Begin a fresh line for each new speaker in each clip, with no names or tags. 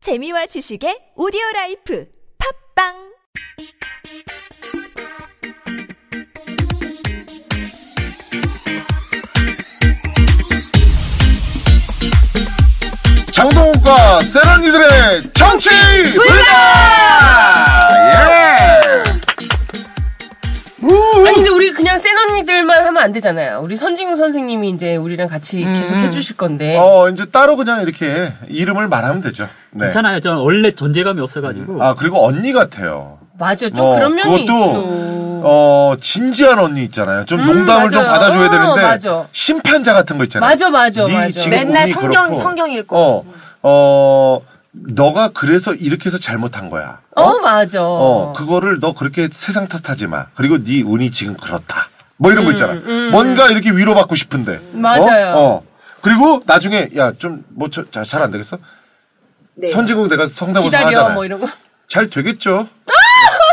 재미와 지식의 오디오 라이프 팝빵
장동욱과 세란이들의 정치 불가!
아니 근데 우리 그냥 센 언니들만 하면 안 되잖아요. 우리 선진우 선생님이 이제 우리랑 같이 계속 해주실 건데.
예. 음, 어 이제 따로 그냥 이렇게 이름을 말하면 되죠. 네.
괜찮아요. 저 원래 존재감이 없어가지고.
아 그리고 언니 같아요.
맞아, 좀
어,
그런 면이
그것도
있어.
어 진지한 언니 있잖아요. 좀
음,
농담을 좀
맞아요.
받아줘야
어,
되는데
맞아.
심판자 같은 거 있잖아요.
맞아, 맞아,
네
맞아.
지금
맨날
운이
성경
그렇고.
성경 읽고
어, 어 너가 그래서 이렇게 해서 잘못한 거야.
어, 맞아.
어, 그거를 너 그렇게 세상 탓하지 마. 그리고 네 운이 지금 그렇다. 뭐 이런 거
음,
있잖아. 뭔가 이렇게 위로받고 싶은데.
맞아요.
어? 어. 그리고 나중에 야 좀 뭐 잘 안 되겠어?
네.
선진국 내가 성대모사
기다려,
하잖아.
뭐 이런 아! 거.
잘 되겠죠?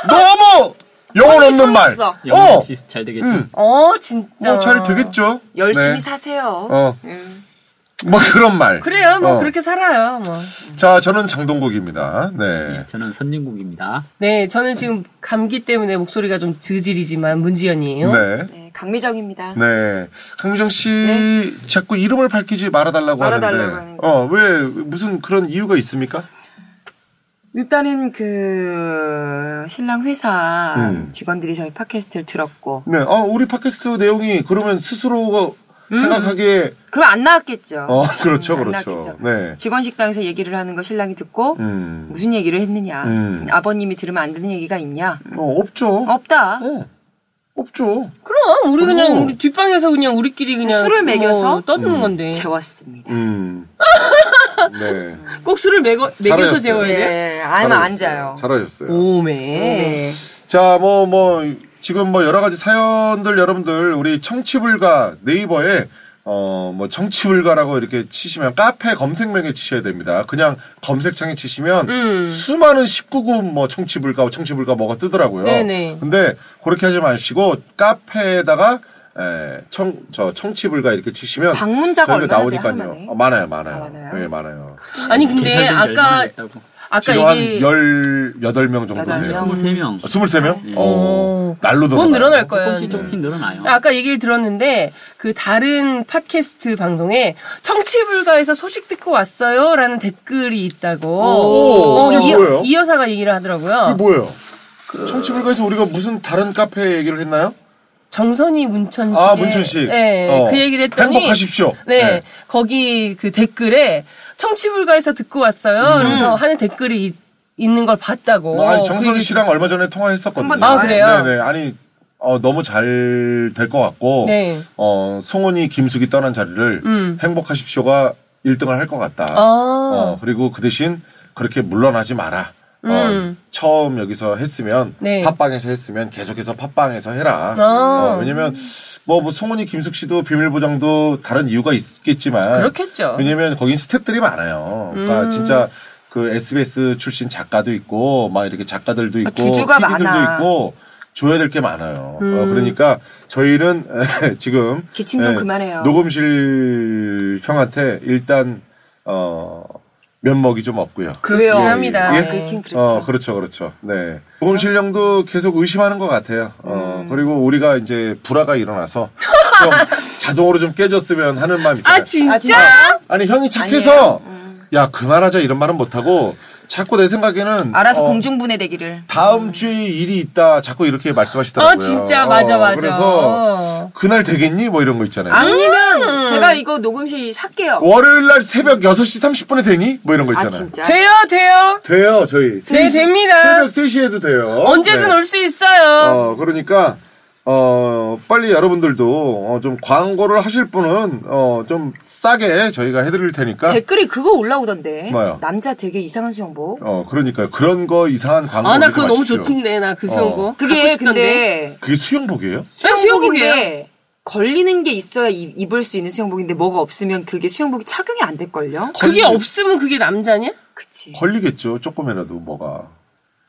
너무 영혼 없는
소용이
말.
없어.
영어
어.
없이 잘 되겠죠.
음.
어, 진짜.
뭐 잘 되겠죠?
열심히
네.
사세요. 예.
어. 뭐 그런 말.
그래요, 뭐
어.
그렇게 살아요, 뭐.
자, 저는 장동국입니다. 네.
네, 저는 선진국입니다.
네, 저는 지금 감기 때문에 목소리가 좀 저질이지만 문지연이에요.
네.
네, 강미정입니다.
네. 강미정 씨 자꾸 이름을 밝히지 말아달라고,
네. 말아달라고
하는데.
하는
어, 왜 무슨 그런 이유가 있습니까?
일단은 그 신랑 회사
음.
직원들이 저희 팟캐스트를 들었고
네. 아, 우리 팟캐스트 내용이 그러면 스스로가
음.
생각하기에
그럼 안 나왔겠죠.
어, 그렇죠.
음, 안
그렇죠.
나왔겠죠.
네.
직원 식당에서 얘기를 하는 거 신랑이 듣고
음.
무슨 얘기를 했느냐.
음.
아버님이 들으면 안 되는 얘기가 있냐?
어, 없죠.
없다.
어. 없죠.
그럼 우리 그냥
어.
우리 뒷방에서 그냥 우리끼리 그냥
술을 먹여서?
뭐 떠드는
네.
건데.
재웠습니다.
음. 네.
꼭 술을 먹여, 먹여서
잘하셨어요.
재워야 돼.
예, 알면
네? 잘하셨어요.
안 자요.
잘하셨어요.
오메.
자, 뭐, 뭐, 지금 뭐 여러 가지 사연들 여러분들, 우리 청취불가 네이버에 어, 뭐, 정치불가라고 이렇게 치시면, 카페 검색명에 치셔야 됩니다. 그냥 검색창에 치시면,
음.
수많은 19금 뭐, 청취불가, 청취불가 뭐가 뜨더라고요.
네네.
근데, 그렇게 하지 마시고, 카페에다가, 에, 청, 저, 청취불가 이렇게 치시면,
방문자가
저희가
얼마나 돼요,
나오니까요.
하루만에?
어, 많아요, 많아요.
아, 많아요? 그러니까
예, 많아요.
아니 근데
개설된 지 얼마나
아까
됐다고.
아까
지금 한
이게
18명 정도
여덟
돼요.
명.
아,
음.
23명.
23명? 어,
오.
날로
곧 늘어날 거예요.
조금씩 조금씩 늘어나요.
아, 그 아까 얘기를 들었는데 그 다른 팟캐스트 방송에 청취불가에서 소식 듣고 왔어요라는 댓글이 있다고. 어,
오, 그게
이,
뭐예요?
이 여사가 얘기를 하더라고요.
그게 뭐예요?
그
청취불가에서 우리가 무슨 다른 카페 얘기를 했나요?
정선이 문천식.
아, 문천식.
네,
어.
그 얘기를 했더니
행복하십시오.
네,
네.
거기 그 댓글에 청취불가에서 듣고 왔어요. 그래서 하는 댓글이 있- 있는 걸 봤다고.
음. 아니
그
정선희
얘기
씨랑 얼마 전에 통화했었거든요.
한번 아,
그래요?
네네. 아니 어, 너무 잘 될 것 같고
네.
어, 송은이 김숙이 떠난 자리를
음.
행복하십시오가 1등을 할 것 같다.
아.
어, 그리고 그 대신 그렇게 물러나지 마라. 어,
음.
처음 여기서 했으면
네.
팟빵에서 했으면 계속해서 팟빵에서 해라.
아.
어,
음.
왜냐면 뭐, 뭐 송은이 김숙 씨도 비밀 보장도 다른 이유가 있겠지만
그렇겠죠.
왜냐면 거긴 스탭들이 많아요.
음.
그러니까 진짜 그 SBS 출신 작가도 있고 막 이렇게 작가들도 있고
주주가
PD들도
아, 많아. 음.
있고 줘야 될 게 많아요. 어, 그러니까 저희는 지금
기침 좀
예,
그만해요.
녹음실 형한테 일단 어 면목이 좀 없고요.
그렇긴
왜요?
합니다.
예?
아, 그렇긴 그렇죠.
어, 그렇죠, 그렇죠. 네. 녹음 실령도 계속 의심하는 것 같아요. 어, 그리고 우리가 이제 불화가 일어나서 좀 자동으로 좀 깨졌으면 하는 마음이 있잖아요.
아 진짜?
아, 진짜?
아니 형이 착해서 야 그만하자 이런 말은 못하고 자꾸 내 생각에는
알아서
어,
공중분해되기를.
다음 주에 일이 있다 자꾸 이렇게 말씀하시더라고요. 어,
아, 진짜. 맞아, 맞아.
그래서
어.
그날 되겠니 뭐 이런 거 있잖아요. 음.
아니면 제가 이거 녹음실 살게요.
월요일 날 새벽 6시 30분에 되니 뭐 이런 거
아
있잖아요.
진짜.
돼요, 돼요.
돼요 저희. 세-
네,
새벽
됩니다.
3시에도 돼요.
언제든
네.
올 수 있어요.
어, 그러니까, 어, 빨리 여러분들도, 어, 좀 광고를 하실 분은, 어, 좀 싸게 저희가 해드릴 테니까.
댓글이 그거 올라오던데.
뭐요?
남자 되게 이상한 수영복.
어, 그러니까요. 그런 거 이상한 광고.
아, 나
올리지
그거 너무
마십시오. 어.
좋던데, 나 그 수영복. 갖고
그게
싶던데. 아,
근데
그게 수영복이에요?
수영복이에요?
수영복인데 걸리는 게 있어야 입- 입을 수 있는 수영복인데 뭐가 없으면 그게 수영복이 착용이 안 될걸요?
그게
걸리-
없으면 그게 남자냐?
그치.
걸리겠죠. 조금이라도 뭐가.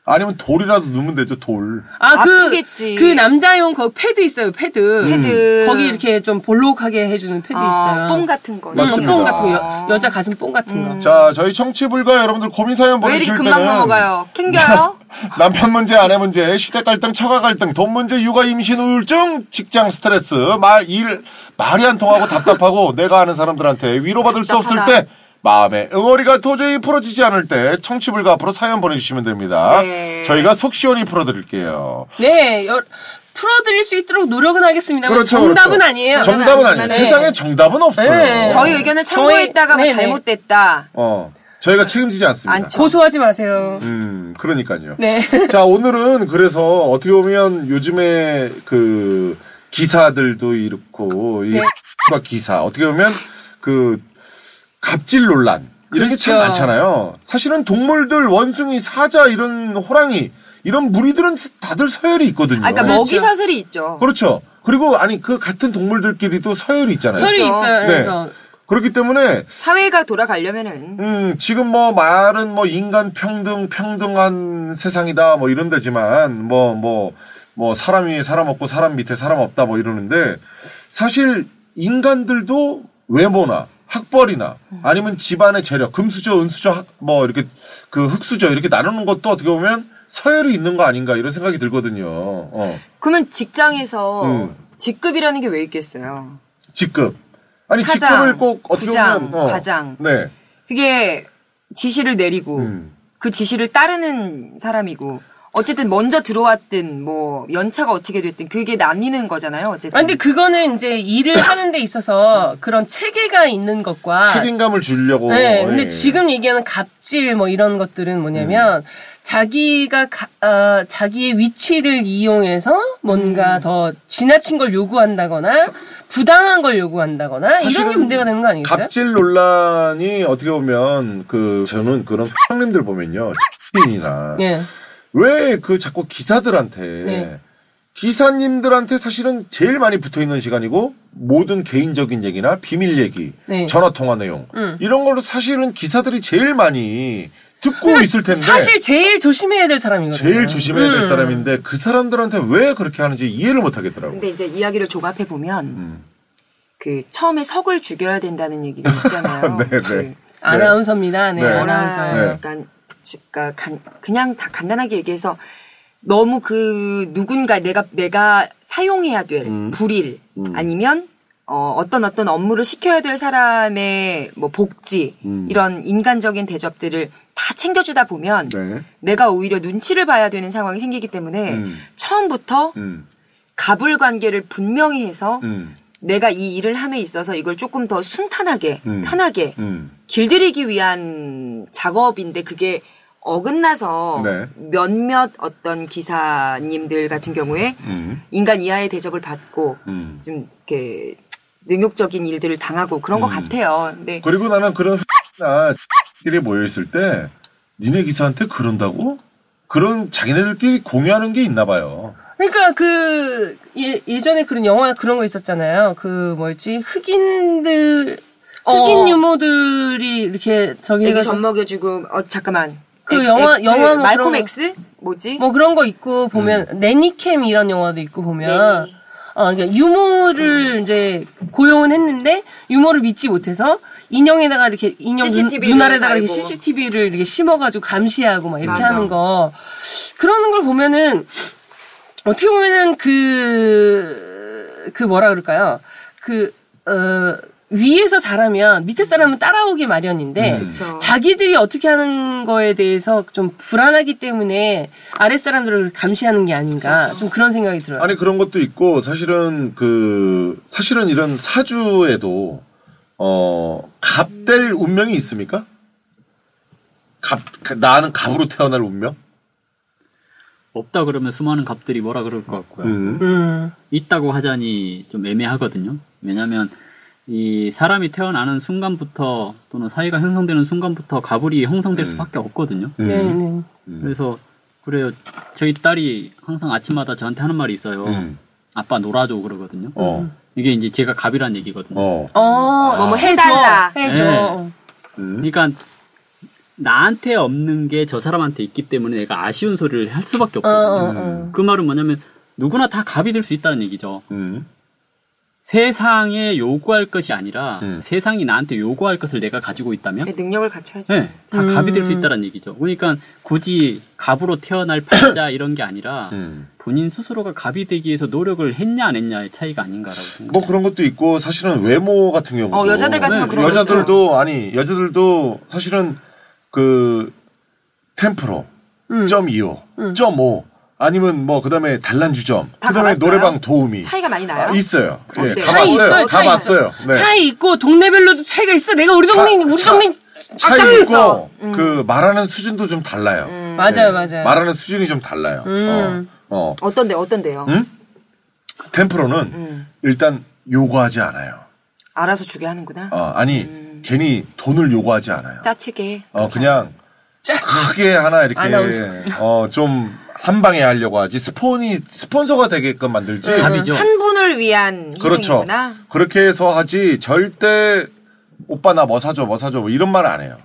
아니면 돌이라도 넣으면 되죠, 돌.
아, 그,
아프겠지.
그 남자용 거 패드 있어요, 패드. 음.
패드.
거기 이렇게 좀 볼록하게 해주는 패드
아,
있어요.
뽕 같은 거. 아. 음.
어,
맞습니다.
뽕 같은 거, 여, 여자 가슴 뽕 같은 거.
자, 저희 청취불가 여러분들 고민 사연
왜 이렇게
보내주실 때는
금방 넘어가요? 캥겨요?
남편 문제, 아내 문제, 시댁 갈등, 처가 갈등, 돈 문제, 육아 임신 우울증, 직장 스트레스, 말, 일, 말이 안 통하고 답답하고 내가 아는 사람들한테 위로받을 수 없을
답답하다.
때 마음의 응어리가 도저히 풀어지지 않을 때 청취불가 앞으로 사연 보내주시면 됩니다.
네.
저희가 속 시원히 풀어드릴게요.
네, 여- 풀어드릴 수 있도록 노력은 하겠습니다만 뭐
그렇죠.
네, 정답은
그렇죠.
아니에요.
정답은 아니에요.
네.
세상에 정답은 없어요.
네.
저희 의견을 참고했다가 뭐
저희- 네네.
잘못됐다.
어, 저희가 책임지지 않습니다.
안
고소하지 마세요.
음, 그러니까요.
네.
자, 오늘은 그래서 어떻게 보면 요즘에 그 기사들도 이렇고,
네.
이 X가 기사, 어떻게 보면 그 갑질 논란, 이런 게 참
그렇죠.
많잖아요. 사실은 동물들, 원숭이, 사자, 이런 호랑이, 이런 무리들은 다들 서열이 있거든요.
아,
그렇죠.
그러니까 먹이 사슬이 있죠.
그렇죠. 그리고 아니, 그 같은 동물들끼리도 서열이 있잖아요.
설이 있어요.
네.
그래서
그렇기 때문에
사회가 돌아가려면은
음, 지금 뭐 말은 뭐 인간 평등, 평등한 세상이다 뭐 이런 데지만 뭐, 뭐, 뭐 사람이 사람 없고 사람 밑에 사람 없다 뭐 이러는데 사실 인간들도 외모나 학벌이나 아니면 집안의 재력, 금수저, 은수저, 학- 뭐 이렇게 그 흑수저 이렇게 나누는 것도 어떻게 보면 서열이 있는 거 아닌가 이런 생각이 들거든요. 어.
그러면 직장에서
음.
직급이라는 게 왜 있겠어요?
직급. 아니,
사장,
직급을 꼭 어떻게
부장,
보면. 어.
과장.
네.
그게 지시를 내리고
음.
그 지시를 따르는 사람이고 어쨌든 먼저 들어왔든 뭐 연차가 어떻게 됐든 그게 나뉘는 거잖아요.
아,
어쨌든.
근데 그거는 이제 일을 하는 데 있어서 그런 체계가 있는 것과
책임감을 주려고.
네, 근데
예.
지금 얘기하는 갑질 뭐 이런 것들은 뭐냐면
음.
자기가 가- 아, 자기의 위치를 이용해서
음.
뭔가 더 지나친 걸 요구한다거나 부당한 걸 요구한다거나 이런 게
사실은
문제가 되는 거 아니겠어요?
갑질 논란이 어떻게 보면 그 저는 그런 형님들 보면요. 인이나
예.
왜 그 자꾸 기사들한테
네.
기사님들한테 사실은 제일 많이 붙어 있는 시간이고 모든 개인적인 얘기나 비밀 얘기,
네.
전화 통화 내용
음.
이런 걸로 사실은 기사들이 제일 많이 듣고 있을 텐데
네. 그러니까 사실 제일 조심해야 될 사람이거든요.
제일 조심해야 될
음.
사람인데 그 사람들한테 왜 그렇게 하는지 이해를 못 하겠더라고. 요
근데 이제 이야기를 조합해 보면
음.
그 처음에 석을 죽여야 된다는 얘기가 있잖아요.
네, 네.
그
아나운서입니다. 네,
네.
뭐라
아나운서예요.
해요? 그러니까 그러니까 간- 그냥 다 간단하게 얘기해서 너무 그 누군가 내가 내가 사용해야 될
음.
불일 아니면 어, 어떤 어떤 업무를 시켜야 될 사람의 뭐 복지
음.
이런 인간적인 대접들을 다 챙겨주다 보면
네.
내가 오히려 눈치를 봐야 되는 상황이 생기기 때문에
음.
처음부터
음,
갑을 관계를 분명히 해서
음,
내가 이 일을 함에 있어서 이걸 조금 더 순탄하게
음.
편하게
음.
길들이기 위한 작업인데 그게 어긋나서
네.
몇몇 어떤 기사님들 같은 경우에
음.
인간 이하의 대접을 받고
음.
좀 이렇게 능욕적인 일들을 당하고 그런 것 같아요. 근데
음. 그리고 나는 그런 나 끼리 모여 있을 때 니네 기사한테 그런다고 그런 자기네들끼리 공유하는 게 있나 봐요.
그러니까 그 예, 예전에 그런 영화 그런 거 있었잖아요. 그 뭐였지 흑인들 흑인
어.
유모들이 이렇게 저기
애기
가서
젖 먹여주고 어 잠깐만
그
엑-
영화-
엑스,
영화 뭐
말콤
그런-
엑스 뭐지?
뭐 그런 거 있고 보면 레니캠 이런 영화도 있고 보면
레니.
어, 그러니까 유모를 이제 고용은 했는데 유모를 믿지 못해서 인형에다가 이렇게 인형
CCTV
눈,
를
눈알에다가 이렇게
달고.
CCTV를 이렇게 심어가지고 감시하고 막 이렇게
맞아.
하는 거 그러는 걸 보면은 어떻게 보면은 그, 그 뭐라 그럴까요? 그, 어, 위에서 잘하면 밑에 사람은 따라오기 마련인데
그쵸.
자기들이 어떻게 하는 거에 대해서 좀 불안하기 때문에 아랫 사람들을 감시하는 게 아닌가 좀 그런 생각이 들어요.
아니 그런 것도 있고 사실은 그 사실은 이런 사주에도 어 갑될 운명이 있습니까? 갑그 나는 갑으로 태어날 운명?
없다 그러면 수많은 갑들이 뭐라 그럴 것 같고요.
음.
있다고 하자니 좀 애매하거든요. 왜냐하면 이 사람이 태어나는 순간부터 또는 사회가 형성되는 순간부터 가불이 형성될 수밖에 없거든요.
음.
네, 네.
그래서 그래요. 저희 딸이 항상 아침마다 저한테 하는 말이 있어요.
음.
아빠 놀아줘 그러거든요.
어.
이게 이제 제가 갑이란 얘기거든요.
어.
어,
뭐뭐 해달라.
해줘.
네.
음.
그러니까 나한테 없는 게 저 사람한테 있기 때문에 내가 아쉬운 소리를 할 수밖에
어,
없거든요.
어, 어.
그 말은 뭐냐면 누구나 다 갑이 될 수 있다는 얘기죠.
음.
세상에 요구할 것이 아니라
음.
세상이 나한테 요구할 것을 내가 가지고 있다면
능력을 갖춰야죠.
네,
음.
다 갑이 될 수 있다는 얘기죠. 그러니까 굳이 갑으로 태어날 팔자 이런 게 아니라
음.
본인 스스로가 갑이 되기 위해서 노력을 했냐 안 했냐의 차이가 아닌가라고 생각합니다.
뭐 그런 것도 있고 사실은 외모 같은 경우도 네,
어, 여자들 같은 건 그런 거
여자들도 아니 여자들도 사실은 그 템프로
음.
0.25, 0.5 아니면 뭐 그다음에 달란주점,
다
그다음에
가봤어요?
노래방 도우미
차이가 많이 나요.
아, 있어요. 예,
어때요?
차이
가봤어요.
있어요, 차이
가봤어요. 네.
차이 있고 동네별로도 차이가 있어. 내가 우리
차-
동네 우리
차-
동네
차이
아,
있고
있어. 음.
그 말하는 수준도 좀 달라요. 네.
맞아요, 맞아요.
말하는 수준이 좀 달라요.
음.
어, 어.
어떤데 어떤데요?
템프로는 일단 요구하지 않아요.
알아서 주게 하는구나.
어, 아니 괜히 돈을 요구하지 않아요.
짜치게.
어, 그냥
짜-
크게 하나 이렇게
아나운서.
어 좀 한 방에 하려고 하지 스폰이 스폰서가 되게끔 만들지.
음. 갑이죠.
한 분을 위한
그렇죠.
희생이구나.
그렇게 해서 하지 절대 오빠 나 뭐 사줘 뭐 사줘 뭐 이런 말 안 해요.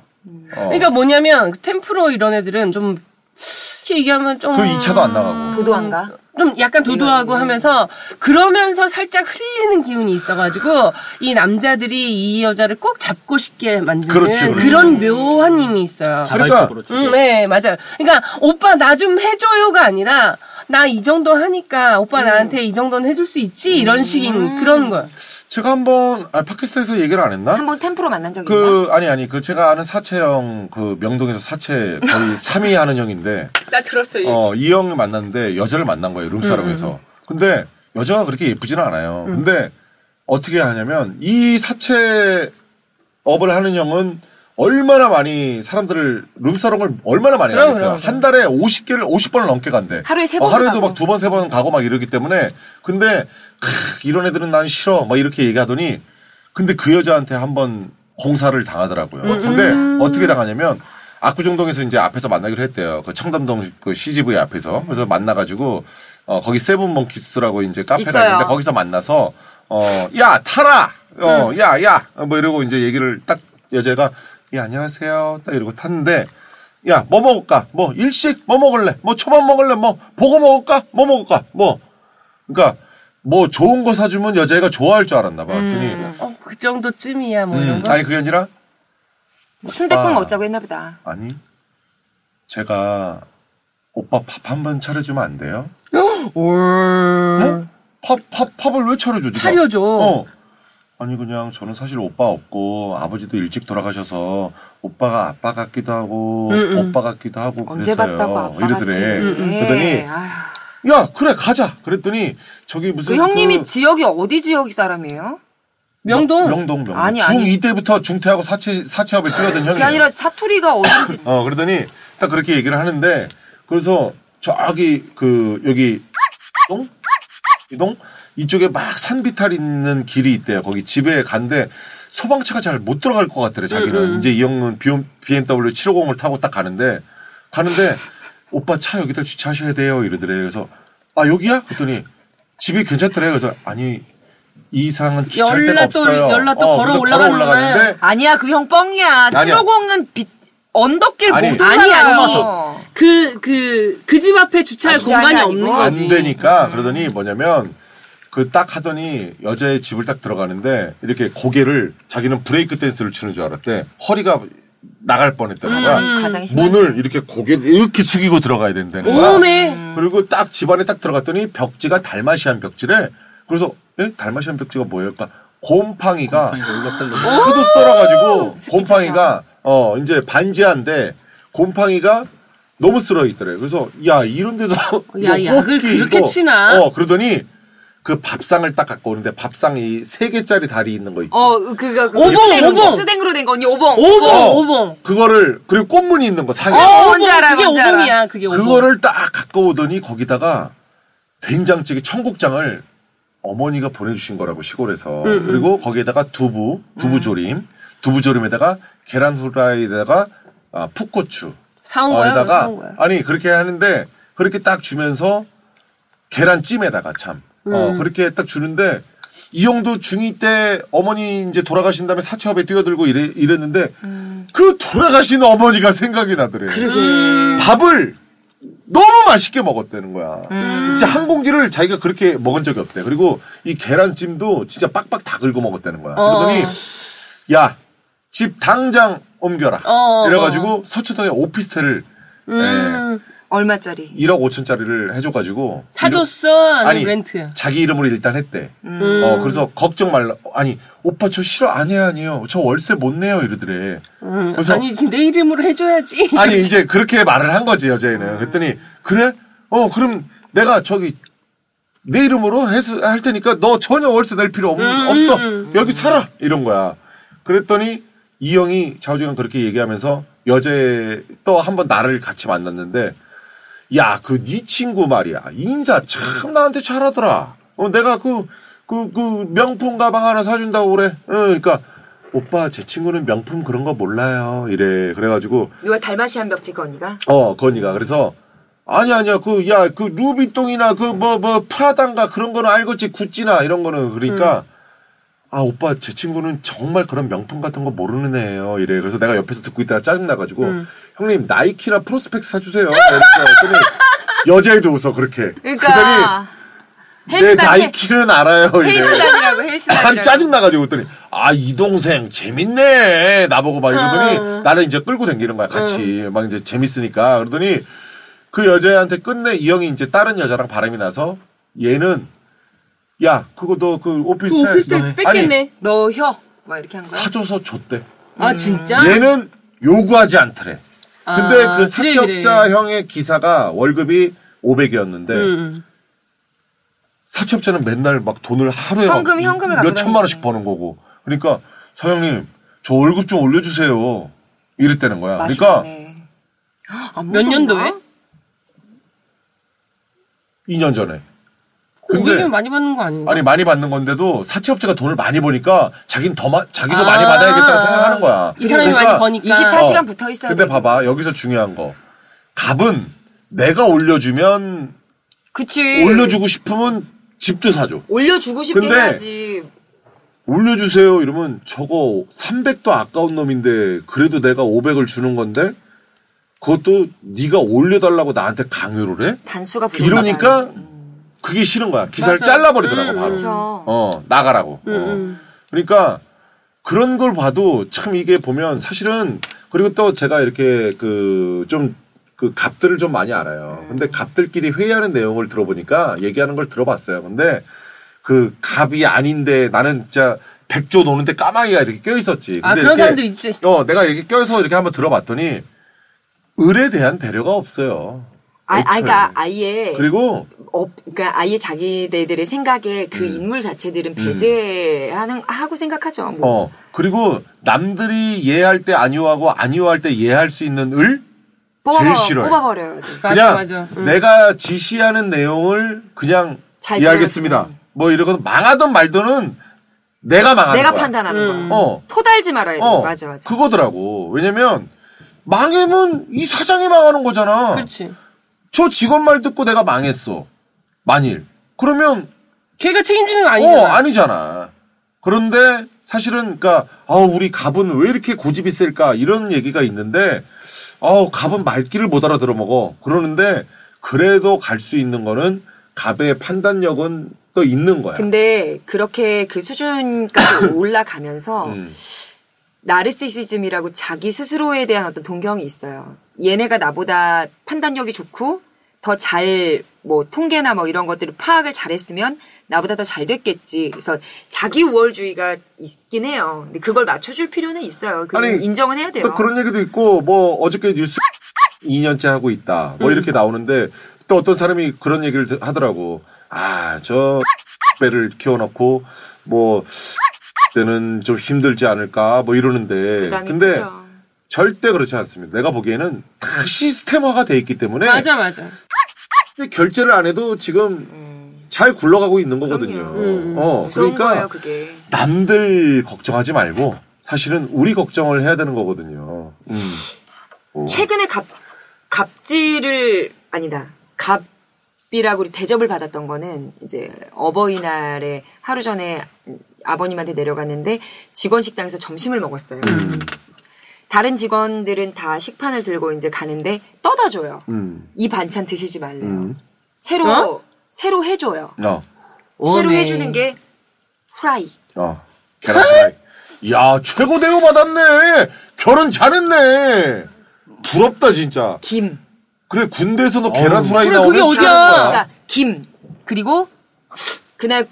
어,
그러니까 뭐냐면 그 템프로 이런 애들은 좀 이렇게 얘기하면 좀
그 2차도 안 나가고.
음. 도도한가?
좀 약간 도도하고
음.
하면서 그러면서 살짝 흘리는 기운이 있어가지고 이 남자들이 이 여자를 꼭 잡고 싶게
그렇지,
만드는
그렇지.
그런 묘한 힘이 있어요.
자발적으로 주죠.
음, 네, 맞아요. 그러니까 오빠 나 좀 해줘요가 아니라 나 이 정도 하니까
음.
오빠 나한테 이 정도는 해줄 수 있지 이런 식인 그런 거예요.
제가 한번 아, 팟캐스트에서 얘기를 안 했나?
한번 템프로 만난 적 있나?
그 아니 아니 그 제가 아는 사채 형그 명동에서 사채 거의 3위 하는 형인데
나 들었어요. 음,
어, 이 형을 만났는데 여자를 만난 거예요. 룸사롱에서. 근데 여자가 그렇게 예쁘지는 않아요. 근데 어떻게 하냐면 이 사채 업을 하는 형은 얼마나 많이 사람들을 룸사롱을 얼마나 많이
그럼,
가겠어요.
그럼, 그럼.
한 달에 50개를 50번을 넘게 간대.
하루에 세
어,
번도
하루에도
가고.
막 두 번 세 번 가고 막 이러기 때문에 근데 크, 이런 애들은 난 싫어. 막 이렇게 얘기하더니 근데 그 여자한테 한번 공사를 당하더라고요.
음,
근데 어떻게 당하냐면 압구정동에서 이제 앞에서 만나기로 했대요. 그 청담동 그 CGV 앞에서. 그래서 만나가지고 어 거기 세븐 몽키스라고 이제 카페가
있어요.
있는데 거기서 만나서 어야 타라
음.
어야야 뭐 이러고 이제 얘기를 딱 여자가 예 안녕하세요 딱 이러고 탔는데 야 뭐 먹을까 뭐 일식 뭐 먹을래 뭐 초밥 먹을래 뭐 보고 먹을까 뭐 먹을까 뭐 그러니까 뭐 좋은 거 사주면 여자애가 좋아할 줄 알았나 봐. 그랬더니
어, 그 정도쯤이야 뭐 이런
음,
거.
아니 그게 아니라
뭐 순대국
아.
먹자고 했나 보다.
아니 제가 오빠 밥 한 번 차려주면 안 돼요?
올.
어? 밥, 밥, 밥을 왜 차려줘? 누가?
음. 차려줘.
어. 아니 그냥 저는 사실 오빠 없고 아버지도 일찍 돌아가셔서 오빠가 아빠 같기도 하고
음, 음.
오빠 같기도 하고 그랬어요.
언제 봤다고 아빠
이러더래.
같아. 예.
그랬더니
아휴,
야 그래 가자. 그랬더니 저기 무슨
그 형님이
그-
지역이 어디 지역 사람이에요?
명동.
명동 명동
아니,
중
아니.
이 때부터 중퇴하고 사채 사채업에 뛰어든 형이
그게 아니라 사투리가 어딘지
어, 그러더니 딱 그렇게 얘기를 하는데 그래서 저기 그 여기 동? 이동? 이쪽에 막 산비탈 있는 길이 있대요. 거기 집에 간데 소방차가 잘 못 들어갈 것 같더래,
네,
자기는. 이제 이 형은 BM, BMW 750을 타고 딱 가는데 가는데 오빠 차 여기다 주차하셔야 돼요. 이러더래. 그래서 아, 여기야? 그랬더니 집이 괜찮더래. 그래서 아니 이상은 주차할 데가
연락도-
없어요.
연락도
어, 그래서
걸어 올라가는 거네.
아니야 그 형 뻥이야.
아니야.
750은 빛 언덕길 음,
아니.
못
아니 아니
올라가요.
그 그 그 집 앞에 주차할
아, 주차하는
공간이
게
없는
아니고.
거지.
안 되니까 그러더니 뭐냐면 그 딱 하더니 여자의 집을 딱 들어가는데 이렇게 고개를 자기는 브레이크 댄스를 추는 줄 알았대 허리가 나갈 뻔했다가
가장 심한
문을 이렇게 고개를 이렇게 숙이고 들어가야 된다는 거야
오메.
그리고 딱 집안에 딱 들어갔더니 벽지가 달마시안 벽지래 그래서 에? 달마시안 벽지가 뭐예요? 그러니까 곰팡이가
아니, 울렁덜렁.
크도
아,
썰어가지고
스피드차.
곰팡이가 어 이제 반지한데 곰팡이가 너무 쓸어 있더래. 요 그래서 야 이런 데서
야,
이거
약을
호흡기
그렇게
이거-
치나?
어 그러더니 그 밥상을 딱 갖고 오는데 밥상이 세 개짜리 다리 있는 거 있지.
어 그거 그
오봉,
스댕,
오봉.
스댕으로 된 거 언니 오봉.
오봉
어,
오봉.
그거를 그리고 꽃무늬 있는 거 상에
어,
오봉,
뭔지 알아,
그게
뭔지 알아.
오봉이야. 그게 오봉.
그거를 딱 갖고 오더니 거기다가 된장찌개 청국장을 어머니가 보내주신 거라고 시골에서 그리고 거기에다가 두부 두부조림 두부조림에다가 계란 후라이에다가 아, 풋고추
사온
어,
거야. 그거
에다가
사온 거야.
아니 그렇게 하는데 그렇게 딱 주면서 계란찜에다가 참 어, 그렇게 딱 주는데 이 형도 중2 때 어머니 이제 돌아가신 다음에 사채업에 뛰어들고 이래, 이랬는데 그 돌아가신 어머니가 생각이 나더래요.
그러게.
밥을 너무 맛있게 먹었다는 거야.
음.
진짜 한 공기를 자기가 그렇게 먹은 적이 없대. 그리고 이 계란찜도 진짜 빡빡 다 긁어 먹었다는 거야. 그러더니 야, 집 당장 옮겨라.
어, 음.
이래가지고 서초동에 오피스텔을
얼마짜리?
예, 1억 5천짜리를 해줘가지고
사줬어? 아니면
아니,
렌트야? 음.
자기 이름으로 일단 했대. 어, 그래서 걱정 말라. 아니, 오빠 저 싫어. 아니에요, 아니에요. 저 월세 못 내요. 이러더래.
음,
그래서- 네,
아니, 지금 내 이름으로 해줘야지.
아니, 이제 그렇게 말을 한 거지, 여자애는. 그랬더니, 그래? 어, 그럼 내가 저기, 내 이름으로 해서 할 테니까 너 전혀 월세 낼 필요 없, 없어. 여기 살아. 이런 거야. 그랬더니, 이 형이 좌우지간 그렇게 얘기하면서 여자애 또 한 번 나를 같이 만났는데, 야, 그 네 친구 말이야. 인사 참 나한테 잘하더라. 어, 내가 그, 그, 그 명품 가방 하나 사준다고 그래. 어, 그러니까, 오빠, 제 친구는 명품 그런 거 몰라요. 이래. 그래가지고,
누가 달마시 한 벽지 그 건이가?
어, 건이가. 그래서, 아니, 아니야. 그, 야, 그, 루비똥이나 그, 뭐, 뭐, 프라단가 그런 거는 알겠지. 구찌나 이런 거는. 그러니까,
음.
아, 오빠, 제 친구는 정말 그런 명품 같은 거 모르는 애예요. 이래. 그래서 내가 옆에서 듣고 있다가 짜증나가지고,
음.
형님, 나이키나 프로스펙스 사주세요. 그랬더니, 여자애도 웃어, 그렇게.
그러니까
그더니, 내
헬스장 헬-
나이키는 알아요. 이래.
헬스장이라고 헬스장이라고.
아니 짜증나가지고 그랬더니 아 이 동생 재밌네 나보고 막 이러더니
어.
나를 이제 끌고 댕기는 거야 같이 막 이제 재밌으니까 그러더니 그 여자한테 끝내 이 형이 이제 다른 여자랑 바람이 나서 얘는 야 그거 너 그 오피스텔,
그 오피스텔 뺏겠네.
너 혀. 막 이렇게 한 거야.
사줘서 줬대
아, 진짜?
얘는 요구하지 않더래 근데 그
아, 그래,
사채업자 형의 기사가 월급이 500이었는데
음.
사채업자는 맨날 막 돈을 하루에
현금,
막
현금을
몇
갖고
천만
다니시네.
원씩 버는 거고. 그러니까 사장님 저 월급 좀 올려주세요. 이랬다는 거야. 그러니까
맛있겠네. 헉, 안
몇
무서운가?
년도에?
2년 전에. 근데
500이면 많이 받는 거 아닌가?
아니 많이 받는 건데도 사채업자가 돈을 많이 버니까 자기는 더 마- 자기도
아.
많이 받아야겠다고 생각하는 거야.
이 사람이
그러니까
많이 버니까.
24시간 붙어 있어야
근데
네.
돼.
봐봐 여기서 중요한 거 값은 내가 올려주면
네.
그치.
올려주고 싶으면 집도 사줘.
올려주고 싶긴
근데-
하지.
올려주세요 이러면 저거 300도 아까운 놈인데 그래도 내가 500을 주는 건데 그것도 네가 올려달라고 나한테 강요를 해?
단수가 부족하다.
이러니까 그게 싫은 거야. 기사를
맞아.
잘라버리더라고
음,
바로.
그쵸.
어 나가라고. 어. 그러니까 그런 걸 봐도 참 이게 보면 사실은 그리고 또 제가 이렇게 그 좀 그 값들을 좀 많이 알아요.
음.
근데 값들끼리 회의하는 내용을 들어보니까 얘기하는 걸 들어봤어요. 근데 그 갑이 아닌데 나는 진짜 백조 노는데 까마귀가 이렇게 껴 있었지.
아,
근데
그런
이렇게,
사람들 있지.
어, 내가 이렇게 껴서 이렇게 한번 들어봤더니 을에 대한 배려가 없어요.
아, 아,
애초에.
그러니까 아예
어, 그렇죠. 그리고
업, 그러니까 아예 자기네들의 생각에 그
음.
인물 자체들은 배제하는 하고 생각하죠. 뭐.
어 그리고 남들이 예할 때 아니오하고 아니오할 때 예할 수 있는 을
뽑아버,
제일 싫어요.
뽑아버려요.
맞아,
그냥
맞아. 응.
내가 지시하는 내용을 그냥
잘
이해하겠습니다.
들어주는.
뭐 이러건 망하든 말든은 내가 망하는
내가
거야.
판단하는 거야.
어.
토달지 말아야 돼.
어.
맞아, 맞아.
그거더라고. 왜냐면 망하면 이 사장이 망하는 거잖아.
그렇지.
저 직원 말 듣고 내가 망했어. 만일 그러면
걔가 책임지는 거
어
아니잖아.
아니잖아. 그런데 사실은 그러니까 아 우리 갑은 왜 이렇게 고집이 셀까 이런 얘기가 있는데 아우 갑은 말귀를 못 알아들어 먹어. 그러는데 그래도 갈 수 있는 거는 갑의 판단력은 또 있는 거야.
근데 그렇게 그 수준까지 올라가면서
음.
나르시시즘이라고 자기 스스로에 대한 어떤 동경이 있어요. 얘네가 나보다 판단력이 좋고 더 잘 뭐 통계나 뭐 이런 것들을 파악을 잘했으면 나보다 더 잘 됐겠지. 그래서 자기 우월주의가 있긴 해요. 근데 그걸 맞춰줄 필요는 있어요. 그
아니,
인정은 해야 돼요.
또 그런 얘기도 있고 뭐 어저께 뉴스 2년째 하고 있다
음.
뭐 이렇게 나오는데 또 어떤 사람이 그런 얘기를 드- 하더라고 아 저 배를 키워놓고 뭐 때는 좀 힘들지 않을까 뭐 이러는데
부담이
근데
크죠.
절대 그렇지 않습니다 내가 보기에는 다 시스템화가 돼 있기 때문에
맞아, 맞아.
결제를 안 해도 지금 잘 굴러가고 있는 거거든요
그럼요.
음,
어
음. 무서운
그러니까
거예요, 그게.
남들 걱정하지 말고 사실은 우리 걱정을 해야 되는 거거든요. 음.
최근에 갑 갑질을 아니다 갑이라고 우리 대접을 받았던 거는 이제 어버이날에 하루
음.
전에 아버님한테 내려갔는데 직원 식당에서 점심을 먹었어요. 다른 직원들은 다 식판을 들고 이제 가는데 떠다 줘요.
음.
이 반찬 드시지 말래요.
음.
새로
어?
새로 해줘요.
어.
새로 해주는 게 후라이.
어. 계란
아!
프라이. 이야, 최고 대우 받았네. 결혼 잘했네. 부럽다, 진짜.
김.
그래, 군대에서 너 계란 후라이
그래,
나오면
그게 어디야.
최고인 거야.
그러니까 김 그리고 그날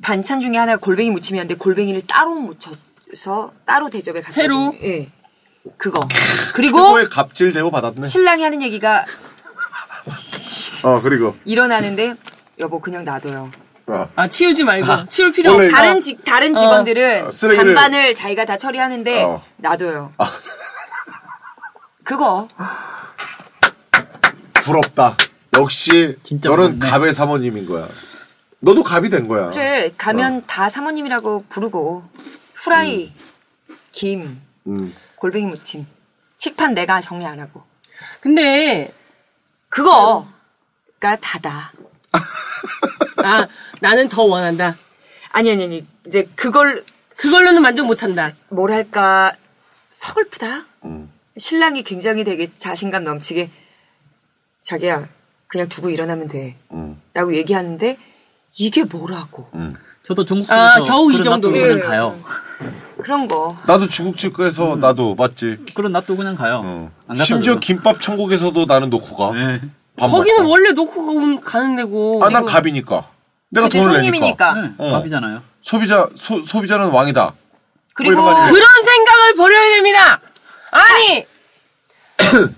반찬 중에 하나 가 골뱅이 무침이었는데 골뱅이를 따로 무쳐서 따로 대접에 갖다
새로?
주는- 예. 그거.
뭐?
그리고
최고의 그 갑질 대우 받았네.
신랑이 하는 얘기가
어, 그리고.
일어나는데 여보 그냥 놔둬요.
어.
아 치우지 말고 치울 필요
원래
없어.
다른 직 다른 직원들은
어, 그러니까. 쓰레기를-
잔반을 자기가 다 처리하는데
어.
놔둬요. 그거
부럽다. 역시
진짜
너는
부럽네.
갑의 사모님인 거야. 너도 갑이 된 거야.
그래 가면 다 사모님이라고 부르고 후라이 김
음.
골뱅이 무침 식판 내가 정리 안 하고
근데 어.
그거가 다다.
아 나는 더 원한다.
아니 아니 아니 이제 그걸
그걸로는 만족 못한다.
뭐랄까 서글프다.
음.
신랑이 굉장히 되게 자신감 넘치게 자기야 그냥 두고 일어나면 돼라고
음.
얘기하는데 이게 뭐라고
음.
저도 중국집에서
아, 겨우 이
그런 놔두고
정도로.
그냥
예.
가요.
그런 거.
나도 중국집 가서 나도 맞지.
그런 놔두고 그냥 가요.
어.
음. 안 갖다
심지어
줘요.
김밥 천국에서도 나는 놓고 가.
예.
밥
거기는
뭐
먹고.
원래 놓고 가면 가는 데고.
아, 난 갑이니까. 내가
그치,
돈을 내니까.
손님이니까.
네,
어.
밥이잖아요.
소비자 소, 소비자는 왕이다. 뭐
그리고
이런 거 아니에요?
그런 생각을 버려야 됩니다. 아니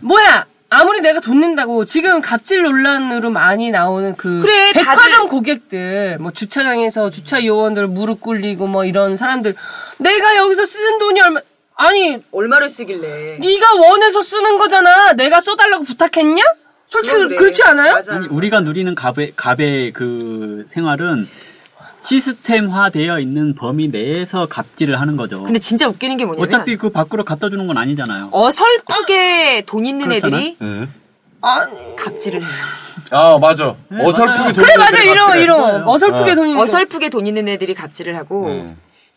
뭐야? 아무리 내가 돈 낸다고 지금 갑질 논란으로 많이 나오는 그
그래,
백화점
다들-
고객들 뭐 주차장에서 주차 요원들 무릎 꿇리고 뭐 이런 사람들 내가 여기서 쓰는 돈이 얼마 아니
얼마를 쓰길래?
네가 원해서 쓰는 거잖아 내가 써달라고 부탁했냐? 솔직히
그래, 그래.
그렇지 않아요?
맞아.
아니, 우리가 누리는 갑의, 갑의 그 생활은 시스템화되어 있는 범위 내에서 갑질을 하는 거죠.
근데 진짜 웃기는 게 뭐냐면
어차피 그 밖으로 갖다 주는 건 아니잖아요.
어설프게 돈 있는
그렇잖아.
애들이
음.
갑질을 해요.
아 맞아.
네,
어설프게 돈.
그래 맞아 이러
네.
이러 어설프게
음.
돈이
어설프게 돈 있는 애들이 갑질을 하고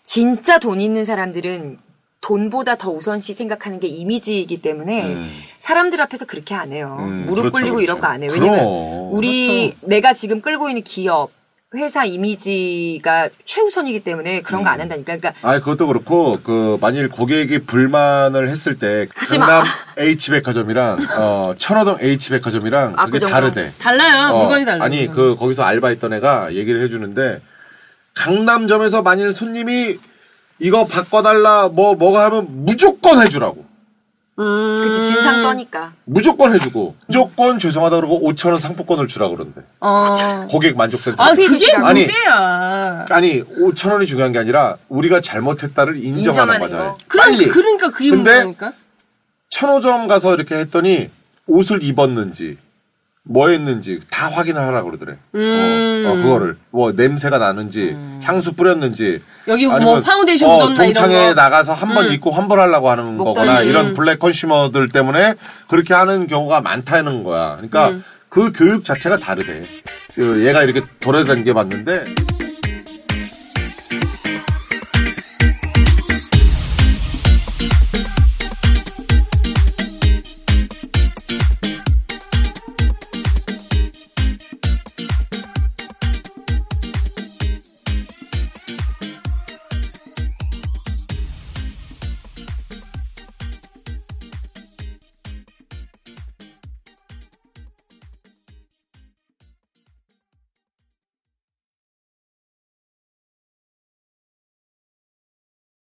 진짜 돈 있는 사람들은 돈보다 더 우선시 생각하는 게 이미지이기 때문에 사람들 앞에서 그렇게 안 해요.
네. 음,
무릎
그렇죠,
꿇리고 이런 거 안 해요.
그렇죠.
왜냐면
그럼. 그렇죠.
우리 내가 지금 끌고 있는 기업, 회사 이미지가 최우선이기 때문에 그런 거 안 한다니까. 그러니까
아 그것도 그렇고 그 만일 고객이 불만을 했을 때
하지
강남
마.
H 백화점이랑 어 천호동 H 백화점이랑
아,
그게
그 정도?
다르대.
달라요
어,
물건이 달라
아니 그 거기서 알바했던 애가 얘기를 해주는데 강남점에서 만일 손님이 이거 바꿔달라 뭐 뭐가 하면 무조건 해주라고.
그치 진상 떠니까.
무조건 해주고 무조건 죄송하다 그러고 5천 원 상품권을 주라 그러는데
어.
고객 만족센터.
아 그게
아니.
문제야
아니 5천 원이 중요한 게 아니라 우리가 잘못했다를 인정하는
인정하는
거잖아요.
거.
그럼,
빨리.
그러니까 그게
근데
문제니까.
천호점 가서 이렇게 했더니 옷을 입었는지 뭐 했는지 다 확인을 하라고 그러더래.
음.
어, 어, 그거를 뭐 냄새가 나는지 향수 뿌렸는지
여기 뭐 음. 파운데이션
어,
묻었나 이런
동창회
거. 음.
나가서 한 번 입고 환불하려고 하는
목덜미.
거거나 이런 블랙 컨슈머들 때문에 그렇게 하는 경우가 많다는
음.
거야. 그러니까 그 교육 자체가 다르대. 그 얘가 이렇게 돌아다니게 봤는데.